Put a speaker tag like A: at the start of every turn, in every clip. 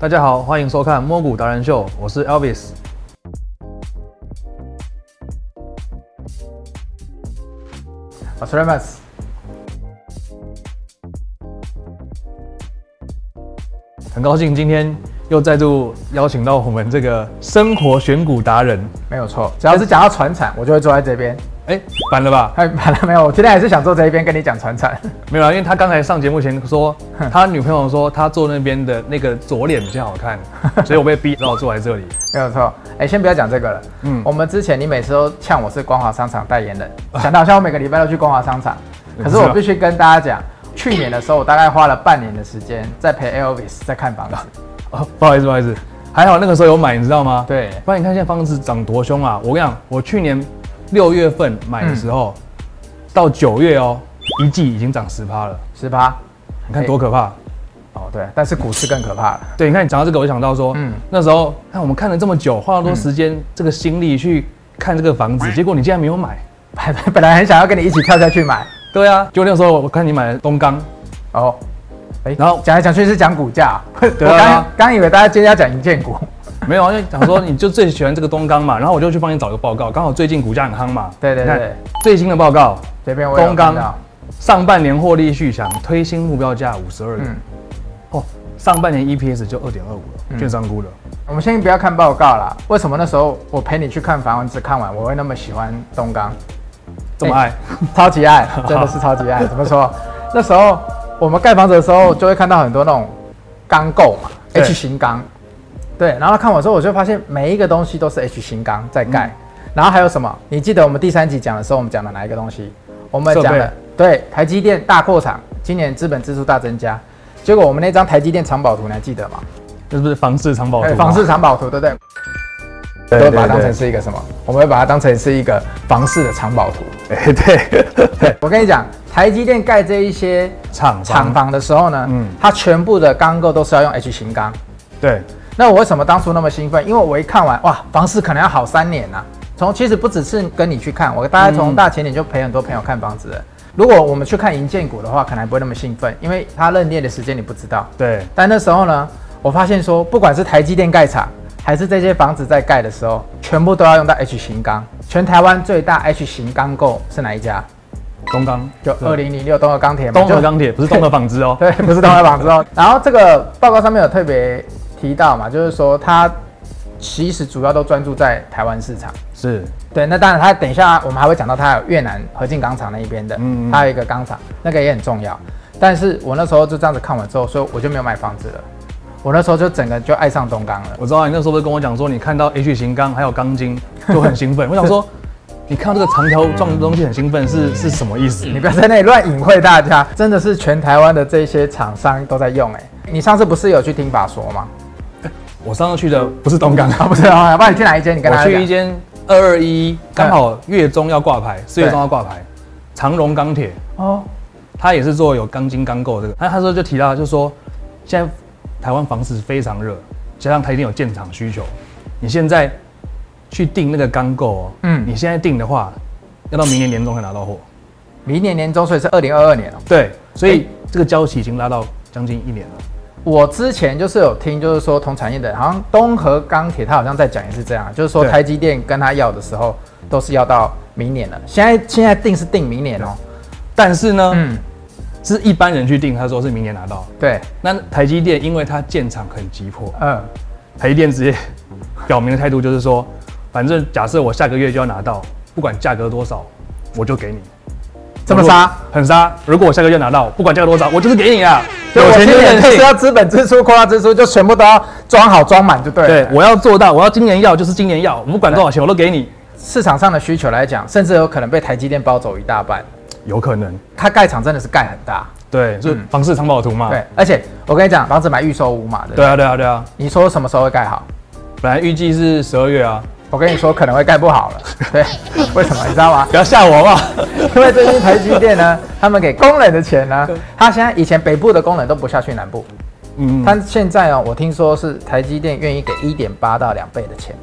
A: 大家好，欢迎收看《摸骨达人秀》，我是 Elvis。阿斯莱曼斯，很高兴今天又再度邀请到我们这个生活选股达人，
B: 没有错，只要是讲到船产，我就会坐在这边。
A: 哎，反了吧？
B: 哎，完了没有？我今天还是想坐这一边跟你讲船产。
A: 没有啦，因为他刚才上节目前说，他女朋友说他坐那边的那个左脸比较好看，所以我被逼到坐在这里。
B: 没有错， 哎、先不要讲这个了。
A: 嗯
B: 嗯，我们之前你每次都呛我是光华商场代言人，讲到好像我每个礼拜都去光华商场，可是
A: 不是
B: 我
A: 啊
B: 必须跟大家讲，去年的时候我大概花了半年的时间在陪 Elvis 在看房子。
A: 哦，不好意思，不好意思，还好那个时候有买，你知道吗？，
B: 对，
A: 不然你看现在房子涨多凶啊！我跟你讲，我去年六月份买的时
B: 嗯
A: 候，到九月哦，一季已经涨十趴了，
B: 十八。
A: 你
B: 哎
A: 看多可怕！
B: 哦，对，但是股市更可怕了。
A: 对，你看你讲到这个，我就想到说，嗯
B: 嗯，
A: 那时候看我们看了这么久，花了多时间、这个心力去看这个房
B: 嗯
A: 子，结果你竟然没有买。
B: 本来本来很想要跟你一起跳下去买，
A: 对啊，就那时候我看你买了东钢，
B: 哦，哎、
A: 然后
B: 讲来讲去是讲股价， 我
A: 对啊
B: 刚刚以为大家今天要讲银建股，
A: 没有啊，因为想说你就最喜欢这个东钢嘛，然后我就去帮你找一个报告，刚好最近股价很夯嘛。
B: 对对
A: 你看
B: 对，
A: 最新的报告，
B: 这边我有
A: 东钢
B: 看到，
A: 上半年获利续强，推新目标价五十二元
B: 嗯，
A: 哦，上半年 EPS 就二点二五了，券商估了。
B: 我们先不要看报告啦。为什么那时候我陪你去看房子看完，我会那么喜欢东钢？
A: 这么爱，
B: 超级 爱，真的是超级爱。怎么说？那时候我们盖房子的时候，就会看到很多那种钢构嘛
A: 对
B: ，H 型钢。对，然后看完之后，我就发现每一个东西都是 H 型钢在盖。
A: 嗯
B: 然后还有什么？你记得我们第三集讲的时候，我们讲的哪一个东西？我们讲
A: 设
B: 的对台积电大扩厂，今年资本支出大增加。结果我们那张台积电藏宝图，你还记得吗？
A: 这是不是房市藏宝图啊吗？
B: 对，哎房市藏宝图，对不对？
C: 对对
B: 都会把它当成是一个什么？我们会把它当成是一个房市的藏宝图。
C: 哎对，
B: 我跟你讲，台积电盖这一些
A: 厂
B: 厂
A: 房，
B: 房的时候呢，
A: 嗯
B: 它全部的钢构都是要用 H 型钢。
A: 对，
B: 那我为什么当初那么兴奋？因为我一看完，哇，房市可能要好三年呐、从其实不只是跟你去看，我大概
C: 嗯
B: 从大前年就陪很多朋友看房子了。如果我们去看银建股的话，可能还不会那么兴奋，因为它认列的时间你不知道。
A: 对，
B: 但那时候呢，我发现说，不管是台积电盖厂，还是这些房子在盖的时候，全部都要用到 H 型钢。全台湾最大 H 型钢构是哪一家？
A: 东钢
B: 就二零零六东和钢铁嘛。
A: 东
B: 就
A: 和钢铁，不是东和纺织哦。
B: 对，不是东海榜之 后，然后这个报告上面有特别提到嘛，就是说它其实主要都专注在台湾市场。
A: 是，
B: 对，那当然，它等一下我们还会讲到它有越南合进钢厂那一边的，
A: 嗯嗯
B: 它有一个钢厂，那个也很重要。但是我那时候就这样子看完之后，所以我就没有买房子了。我那时候就整个就爱上东钢了。
A: 我知道你那时候不是跟我讲说，你看到 H 型钢还有钢筋就很兴奋，我想说，你看到这个长条状的东西很兴奋是是什么意思？
B: 你不要在那里乱隐晦大家，真的是全台湾的这些厂商都在用哎、你上次不是有去听法说吗？
A: 我上次去的不是东钢
B: 啊，不是啊，不然你去哪一间？你跟
A: 我
B: 他
A: 去一
B: 讲。哎
A: 间二二一，刚好月中要挂牌，四月中要挂牌，长荣钢铁，
B: 哦，
A: 它也是做有钢筋钢构这个。他他说就提到，就说现在台湾房市非常热，加上它一定有建厂需求，你现在去订那个钢构哦，嗯
B: 嗯，
A: 你现在订的话，要到明年年中才拿到货。
B: 明年年中，所以是二零二二年哦。
A: 对，所以
B: 哎
A: 这个交期已经拉到将近一年了。
B: 我之前就是有听，就是说同产业的，好像东和钢铁，它好像在讲也是这样，就是说
A: 对
B: 台积电跟他要的时候都是要到明年了。现在现在定是定明年哦、
A: 但是呢，
B: 嗯，
A: 是一般人去订，他说是明年拿到。
B: 对，
A: 那台积电因为它建厂很急迫，
B: 嗯，
A: 台积电直接表明的态度就是说，反正假设我下个月就要拿到，不管价格多少，我就给你。
B: 这么杀，
A: 很杀！如果我下个月拿到，不管价格多少，我就是给你啊。
B: 所以我
A: 有
B: 今
A: 钱啊就
B: 年
A: 任
B: 就是
A: 性。
B: 要资本支出、扩大支出，就全部都要装好装满就对了。
A: 对，我要做到，我要今年要就是今年要，我不管多少钱我都给你。
B: 市场上的需求来讲，甚至有可能被台积电包走一大半。
A: 有可能，
B: 它盖厂真的是盖很大，
A: 对，就是房市藏宝图嘛。
B: 对，而且我跟你讲，房子买预售屋嘛，对不哦对
A: 对啊，对啊，对啊。
B: 你说什么时候会盖好？
A: 本来预计是十二月啊，
B: 我跟你说可能会盖不好了， 对，为什么你知道吗？
A: 不要吓我嘛。
B: 因为最近台积电 呢，他们给工人的钱呢，他现在以前北部的工人都不下去南部，
A: 嗯，
B: 他现在哦，我听说是台积电愿意给一点八到两倍的钱，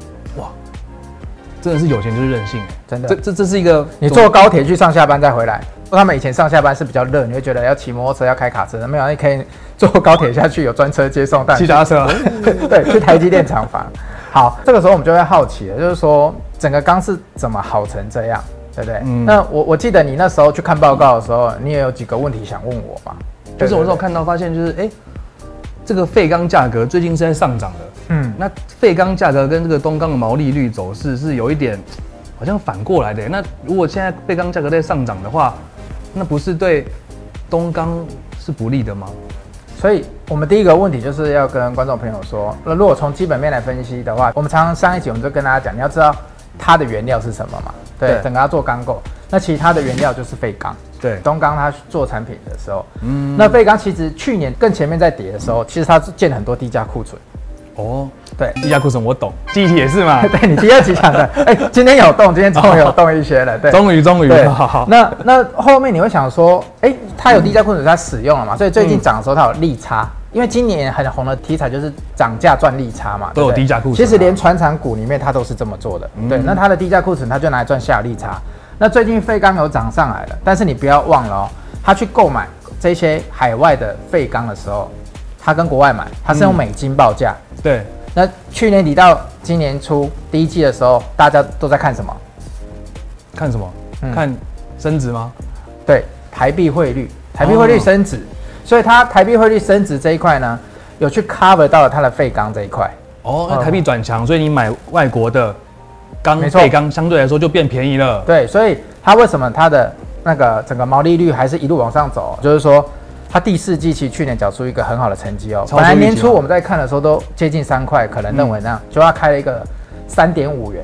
A: 真的是有钱就是任性，
B: 真
A: 这
B: 的。
A: 这这是一个
B: 你坐高铁去上下班再回来，他们以前上下班是比较热，你会觉得要骑摩托车要开卡车，没有，你可以坐高铁下去，有专车接送，但
A: 骑脚踏车啊，
B: 对，去台积电厂房。好，这个时候我们就会好奇了，就是说整个缸是怎么好成这样，对不对？
A: 嗯
B: 那我我记得你那时候去看报告的时候，你也有几个问题想问我嘛？
A: 就是我那时候
B: 说，
A: 看到发现就是哎、这个废钢价格最近是在上涨的，
B: 嗯，
A: 那废钢价格跟这个东钢的毛利率走势是有一点好像反过来的。那如果现在废钢价格在上涨的话，那不是对东钢是不利的吗？
B: 所以我们第一个问题就是要跟观众朋友说，那如果从基本面来分析的话，我们常常上一集我们就跟大家讲，你要知道它的原料是什么嘛？对，
A: 对
B: 整个要做钢构，那其实它的原料就是废钢。
A: 对
B: 东钢它做产品的时候，嗯，那废钢其实去年更前面在跌的时候，其实它是建很多低价库存。
A: 哦，
B: 对，。
A: 低价库存我懂，记忆体也是嘛
B: 对你第二集讲的，哎、今天有动，今天终于有动一些了，对。
A: 终于，终于，
B: 对，
A: 好好，
B: 那那后面你会想说，哎、它有低价库存，它使用了嘛，所以最
A: 嗯
B: 近涨的时候它有利差，因为今年很红的题材就是涨价赚利差嘛，
A: 都有
B: 对不对
A: 低价库存啊嗯
B: 其实连传产股里面它都是这么做的，对，那它的低价库存它就拿来赚下利差。那最近废钢有涨上来了，但是你不要忘了哦，它去购买这些海外的废钢的时候，它跟国外买，它是用
A: 嗯
B: 美金报价。
A: 对，
B: 那去年底到今年初第一季的时候，大家都在看什么？
A: 看什么？
B: 嗯
A: 看升值吗？
B: 对，台币汇率，
A: 哦
B: 台币汇率升值，所以它台币汇率升值这一块呢，有去 cover 到了它的废钢这一块。
A: 哦，那
B: 嗯
A: 台币转强，所以你买外国的钢
B: 没错
A: 废钢，相对来说就变便宜了。
B: 对，所以它为什么它的那个整个毛利率还是一路往上走？就是说，它第四季其实去年缴出一个很好的成绩哦。
A: 超出
B: 本来
A: 预期啊
B: 年初
A: 嘛
B: 我们在看的时候都接近三块，可能认为那
A: 嗯
B: 样，就它开了一个三点五元，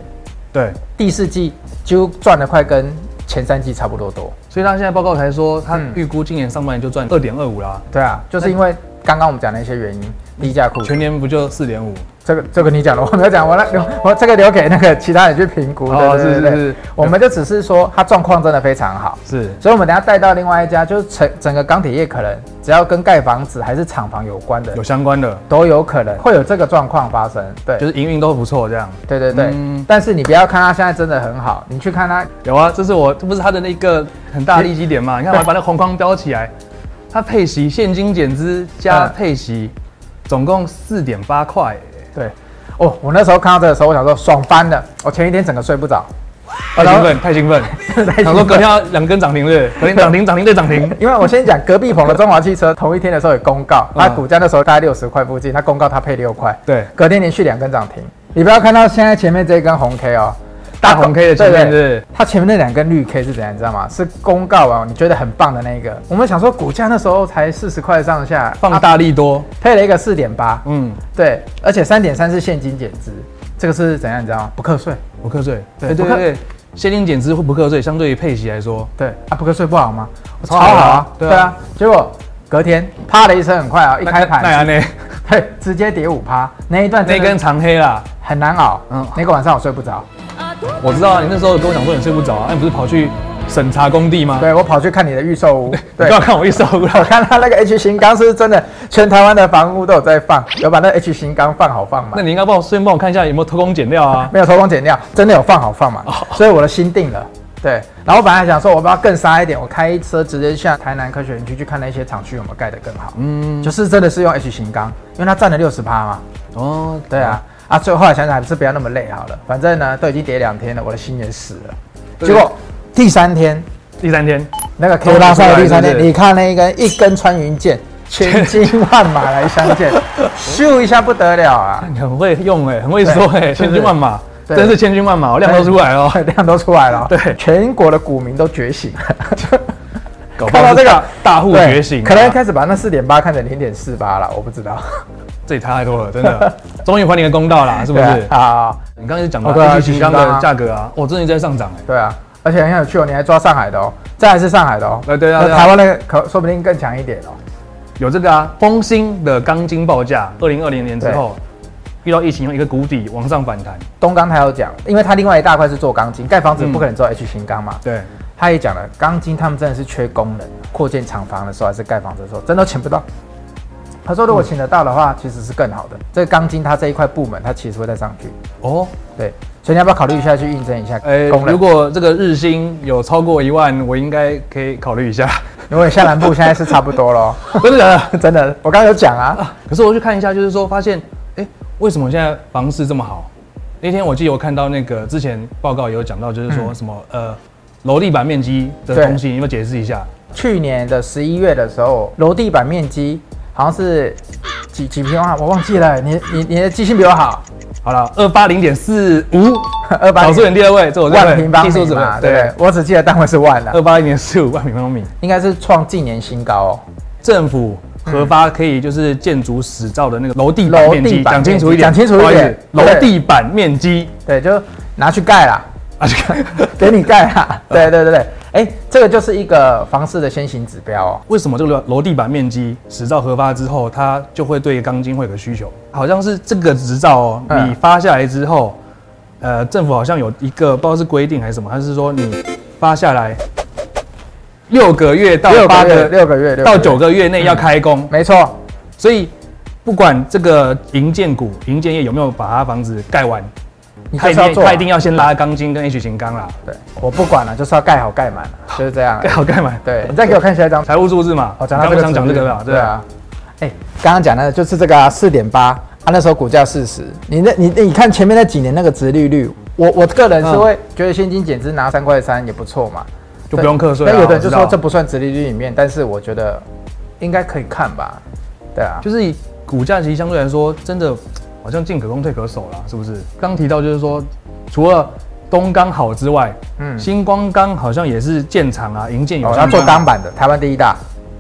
A: 对，
B: 第四季几乎赚的快跟前三季差不多多。
A: 所以他现在报告才说，他
B: 嗯
A: 预估今年上半年就赚二点二五啦，
B: 对啊，就是因为刚刚我们讲的一些原因，低价库存
A: 全年不就四点五？
B: 这个这个你讲了，我没有讲，我那留我这个留给那个其他人去评估。
A: 哦
B: 对对对
A: 是
B: 对
A: 是
B: 对
A: 是
B: 我们就只是说它状况真的非常好，
A: 是，
B: 所以我们等一下带到另外一家，就是整整个钢铁业可能只要跟盖房子还是厂房有关的
A: 有，相关的，
B: 都有可能会有这个状况发生。对，
A: 就是营运都不错这样。
B: 对对对、
A: 嗯
B: 但是你不要看它现在真的很好，你去看它，
A: 有啊，这是我这不是他的那个很大的利基点嘛？你 看我还把那个红框标起来，它配息现金减资加
B: 嗯
A: 配息，总共四点八块。
B: 对，哦，我那时候看到这个时候，我想说爽翻了，我前一天整个睡不着，
A: 太兴奋，太兴奋！
B: 太
A: 想说隔天要两根涨停日，隔天涨停，涨停再涨 停。
B: 因为我先讲隔壁棚的中华汽车，同一天的时候有公告，它
A: 嗯
B: 股价那时候大概六十块附近，它公告它配六块，
A: 对，
B: 隔天连续两根涨停。你不要看到现在前面这一根红 K 哦，
A: 大红 K 的前面
B: 对对
A: 是
B: 它前面那两根绿 K 是怎样，你知道吗？是公告啊，你觉得很棒的那一个。我们想说股价那时候才四十块上下，
A: 放
B: 啊
A: 大力多，
B: 配了一个四点八，
A: 嗯，
B: 对，而且三点三是现金减资，这个是怎样，你知道吗？不课税，
A: 不课税。
B: 对
A: 哎对
B: 不课
A: 对对，现金减资会不课税，相对于配息来说，
B: 对啊，不课税不好吗？
A: 超好啊
B: 对
A: 对
B: 啊
A: 啊
B: 结果隔天啪的一声，很快啊、一开
A: 那
B: 盘，
A: 安呢？
B: 对，直接跌五趴，那一段
A: 那
B: 真的
A: 根长黑啦，
B: 很难熬，嗯
A: 嗯，
B: 那个晚上我睡不着。
A: 我知道啊，你那时候跟我讲说你睡不着啊，那你不是跑去审查工地吗？
B: 对我跑去看你的预售 屋，
A: 你
B: 对
A: 不，要看我一手不
B: 我
A: 了。
B: 看他那个 H 型钢是不是真的，全台湾的房屋都有在放，有把那 H 型钢放好放嘛
A: 那？你应该帮我顺便帮我看一下有没有偷工减料啊？
B: 没有偷工减料，真的有放好放嘛？
A: 哦
B: 所以我的心定了。对，然后我本来想说，我要不要更杀一点，我开车直接下台南科学园区去看那些厂区有没有盖得更好。嗯，就是真的是用 H 型钢，因为它占了六十趴嘛。
A: 哦，
B: 对啊，啊，最后后来想想还是不要那么累好了，反正呢都已经跌两天了，我的心也死了。
A: 对
B: 结果第三天
A: 第三天，
B: 那个 K 拉赛的第三
A: 终于出来是
B: 天，
A: 不是
B: 你看那一根一根穿云箭，千军万马来相 见，咻一下不得了啊！
A: 你很会用哎、很会说哎、
B: 对
A: 千军万马，
B: 对
A: 真是千军万马，我量都出来了哦。
B: 量都出来了，
A: 对
B: 全国的股民都觉醒了。
A: 搞不
B: 看
A: 好
B: 到
A: 是
B: 这个
A: 大大户
B: 对
A: 觉醒啊，
B: 可能开始把那四点八看成零点四八了，我不知道，
A: 这也差太多了，真的，终于还你个公道啦，是不
B: 对
A: 是？
B: 啊啊？
A: 你刚才讲
B: 哦对啊
A: 到一起
B: 新
A: 香
B: 钢啊
A: 的价格啊，我真的在上涨哎、
B: 对啊，而且很有趣哦，你还抓上海的哦，这还是上海的哦，
A: 呃对啊
B: 那
A: 对啊
B: 台湾的可说不定更强一点哦。
A: 有这个啊，丰兴的钢筋报价，二零二零年之后遇到疫情有一个谷底，往上反弹，
B: 东钢他有讲，因为他另外一大块是做钢筋，盖房子不可能做 H 型钢嘛，
A: 对，
B: 他也讲了，钢筋他们真的是缺工人，扩建厂房的时候还是盖房子的时候，真的请不到。他说如果请得到的话，其实是更好的。这个钢筋它这一块部门，它其实会再上去。
A: 哦，
B: 对，所以你要不要考虑一下去应征 一下
A: 哎、
B: 工人？
A: 如果这个日薪有超过一万，我应该可以考虑一下。
B: 因为下南部现在是差不多 咯，
A: 真的假的？
B: 真的，我刚刚有讲啊，
A: 可是我去看一下，就是说发现，哎、为什么现在房市这么好？那天我记得我看到那个之前报告也有讲到，就是
B: 嗯
A: 说什么、呃楼地板面积的
B: 对
A: 东西，你有没有解释一下？
B: 去年的十一月的时候，楼地板面积好像是几几平方啊，我忘记了。你你你的记性比我好，
A: 好了，二八零点四五，
B: 二八
A: 小数点第二位，这我
B: 万平方
A: 技术
B: 米
A: 怎
B: 嘛，
A: 么
B: 对不对？我只记得单位是万了，
A: 二八零点四五万平方米，
B: 应该是创近年新高哦。
A: 政府核发可以就是建筑史照的那个楼地板
B: 楼
A: 面
B: 地
A: 积，
B: 板
A: 讲清楚一点，
B: 讲清楚一
A: 不好意思
B: 点
A: 楼
B: 对
A: 地板面积
B: 对，就拿去盖啦，
A: 啊，这个
B: 给你盖啦。对对对对，哎、这个就是一个房市的先行指标哦。
A: 为什么这个楼地板面积执照核发之后，它就会对钢筋会有个需求？好像是这个执照哦，
B: 嗯
A: 你发下来之后，呃，政府好像有一个不知道是规定还是什么，它是说你发下来六个月到
B: 六
A: 八
B: 个
A: 个
B: 月，嗯六个月，六
A: 到
B: 个月
A: 九，个月内要开工，
B: 没错，
A: 所以不管这个营建股、营建业有没有把它房子盖完，
B: 你
A: 它
B: 就
A: 一
B: 是要
A: 定
B: 做啊、
A: 它一定要先拉钢筋跟 H 型钢啦，
B: 对，我不管了，就是要盖好盖满了，就是这样啊
A: 盖。好盖满。
B: 对，你再给我看下一张。
A: 财务数字嘛，
B: 哦，讲
A: 你刚
B: 到这个
A: 刚想讲这个吧，
B: 对啊。哎，刚刚讲的就是这个啊，四点八，啊那时候股价四十，你那你你看前面那几年那个殖利率，我我个人是
A: 嗯
B: 会觉得现金减资拿三块三也不错嘛，
A: 就不用课税啊
B: 那有的人
A: 我知
B: 就
A: 道
B: 说这不算殖利率里面，但是我觉得应该可以看吧，对啊，
A: 就是以股价其实相对来说，真的好像进可攻退可守啦，是不是？刚提到就是说，除了东钢好之外，
B: 嗯
A: 嗯，星光钢好像也是建厂啊，营建有
B: 哦，
A: 相
B: 要
A: 关啊、
B: 做钢板的，台湾第一大，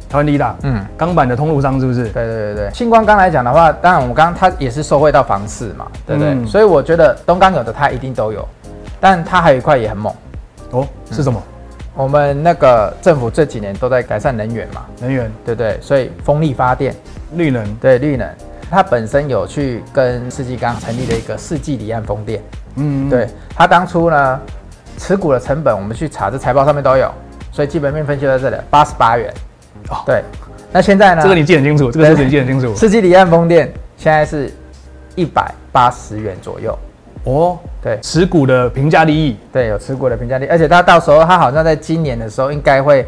A: 台湾第一大，
B: 嗯
A: 嗯，钢板的通路商是不是？
B: 对对对对，星光刚来讲的话，当然我们刚刚它也是受惠到房市嘛，对不对？
A: 嗯
B: 所以我觉得东刚有的它一定都有，但它还有一块也很猛，
A: 哦，
B: 嗯
A: 是什么？
B: 我们那个政府这几年都在改善能源嘛，
A: 能源、
B: 对不对？所以风力发电，
A: 绿能，
B: 对绿能，它本身有去跟世纪刚成立了一个世纪离岸风电，
A: 嗯，
B: 对它当初呢持股的成本，我们去查这财报上面都有，所以基本面分析在这里，八十八元，
A: 哦
B: 对，那现在呢？
A: 这个你记得很清楚，这个数字你记得很清楚。
B: 世纪离岸风电现在是一百八十元左右，
A: 哦，
B: 对
A: 持股的评价利益，
B: 对，有持股的评价力，而且它到时候它好像在今年的时候应该会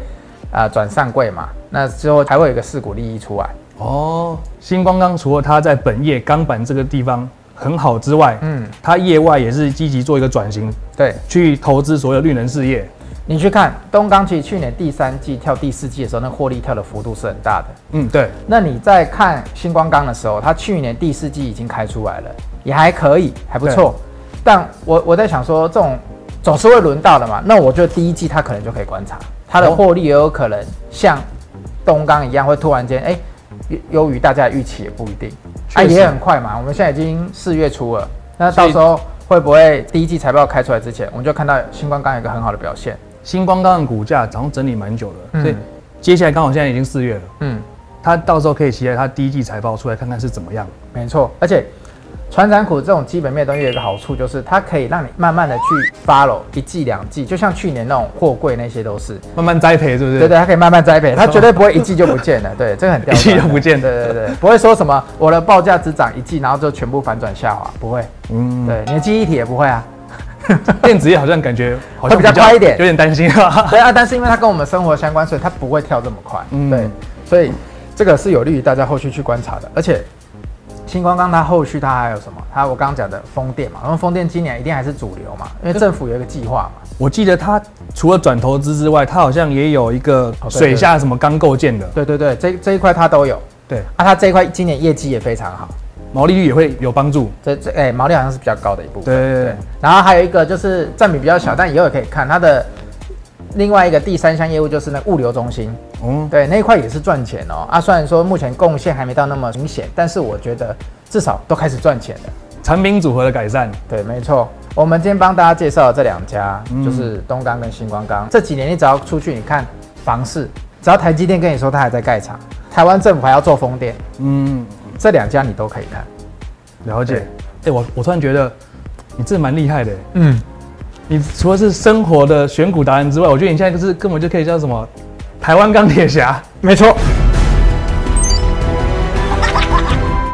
B: 啊转、上柜嘛，那之后还会有一个市股利益出来，
A: 哦，星光钢除了它在本业钢板这个地方很好之外，
B: 嗯
A: 嗯，它业外也是积极做一个转型，
B: 对
A: 去投资所有绿能事业。
B: 你去看东钢，其实去年第三季跳第四季的时候，那获利跳的幅度是很大的。
A: 嗯，对。
B: 那你在看星光钢的时候，它去年第四季已经开出来了，也还可以，还不错。但我我在想说，这种总是会轮到的嘛。那我觉得第一季它可能就可以观察，它的
A: 哦
B: 获利也有可能像东钢一样，会突然间哎，优优于大家的预期也不一定。啊，
A: 确实
B: 也很快嘛，我们现在已经四月初了，那到时候会不会第一季财报开出来之前，我们就看到星光钢有一个很好的表现？
A: 星光钢的股价早上整理蛮久的，
B: 嗯
A: 所以接下来刚好现在已经四月了，
B: 嗯，
A: 它到时候可以期待它第一季财报出来看看是怎么样。
B: 没错，而且传染股这种基本面的东西有一个好处，就是它可以让你慢慢的去 follow 一季两季，就像去年那种货柜那些都是，
A: 慢慢栽培，是不是？
B: 对对，它可以慢慢栽培，它绝对不会一季就不见了，对，这个很刁
A: 一
B: 钻
A: 季
B: 的
A: 就不见
B: 对对对，不会说什么我的报价只涨一季，然后就全部反转下滑，不会，
A: 嗯，
B: 对，你的记忆体也不会啊，
A: 电子业好像感觉好像
B: 会比较快一点
A: 有点担心 啊。
B: 对啊，但是因为它跟我们生活相关，所以它不会跳这么快。
A: 嗯
B: 对，所以这个是有利于大家后续去观察的。而且，星光钢它后续它还有什么？它我刚刚讲的风电嘛，然后风电今年一定还是主流嘛，因为政府有一个计划嘛。
A: 我记得它除了转投资之外，它好像也有一个
B: 哦对对
A: 水下什么钢构建的，
B: 对对对，这这一块它都有。
A: 对，
B: 啊，它这一块今年业绩也非常好，
A: 毛利率也会有帮助。
B: 这这哎、毛利好像是比较高的一部分。
A: 对对对
B: 然后还有一个就是占比比较小，但以后也可以看它的另外一个第三项业务就是那个物流中心。
A: 嗯，
B: 对，那一块也是赚钱哦。啊，虽然说目前贡献还没到那么明显，但是我觉得至少都开始赚钱了。
A: 产品组合的改善，
B: 对，没错。我们今天帮大家介绍的这两家，就是东钢跟星光钢。这几年你只要出去，你看房市，只要台积电跟你说它还在盖厂，台湾政府还要做风电，
A: 嗯，
B: 这两家你都可以看。
A: 了解。哎、
B: 对
A: 我我突然觉得你这蛮厉害的，欸
B: 嗯，
A: 你除了是生活的选股达人之外，我觉得你现在就是根本就可以叫什么台湾钢铁侠。
B: 没错。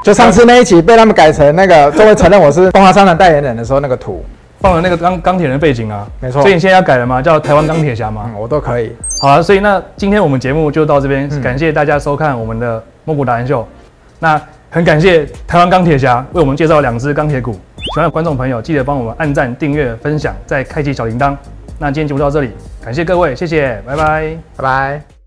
B: 就上次那一集被他们改成那个，终于承认我是东华商场代言人的时候那个图，
A: 放了那个钢钢铁人背景啊，
B: 没错
A: 所以你现在要改了吗？叫台湾钢铁侠吗？
B: 嗯，我都可以。
A: 好了，所以那今天我们节目就到这边，感谢大家收看我们的蒙古达人秀。那很感谢台湾钢铁侠为我们介绍两只钢铁股。喜欢的观众朋友，记得帮我们按赞、订阅、分享，再开启小铃铛。那今天节目就到这里，感谢各位，谢谢，拜拜。
B: 拜拜。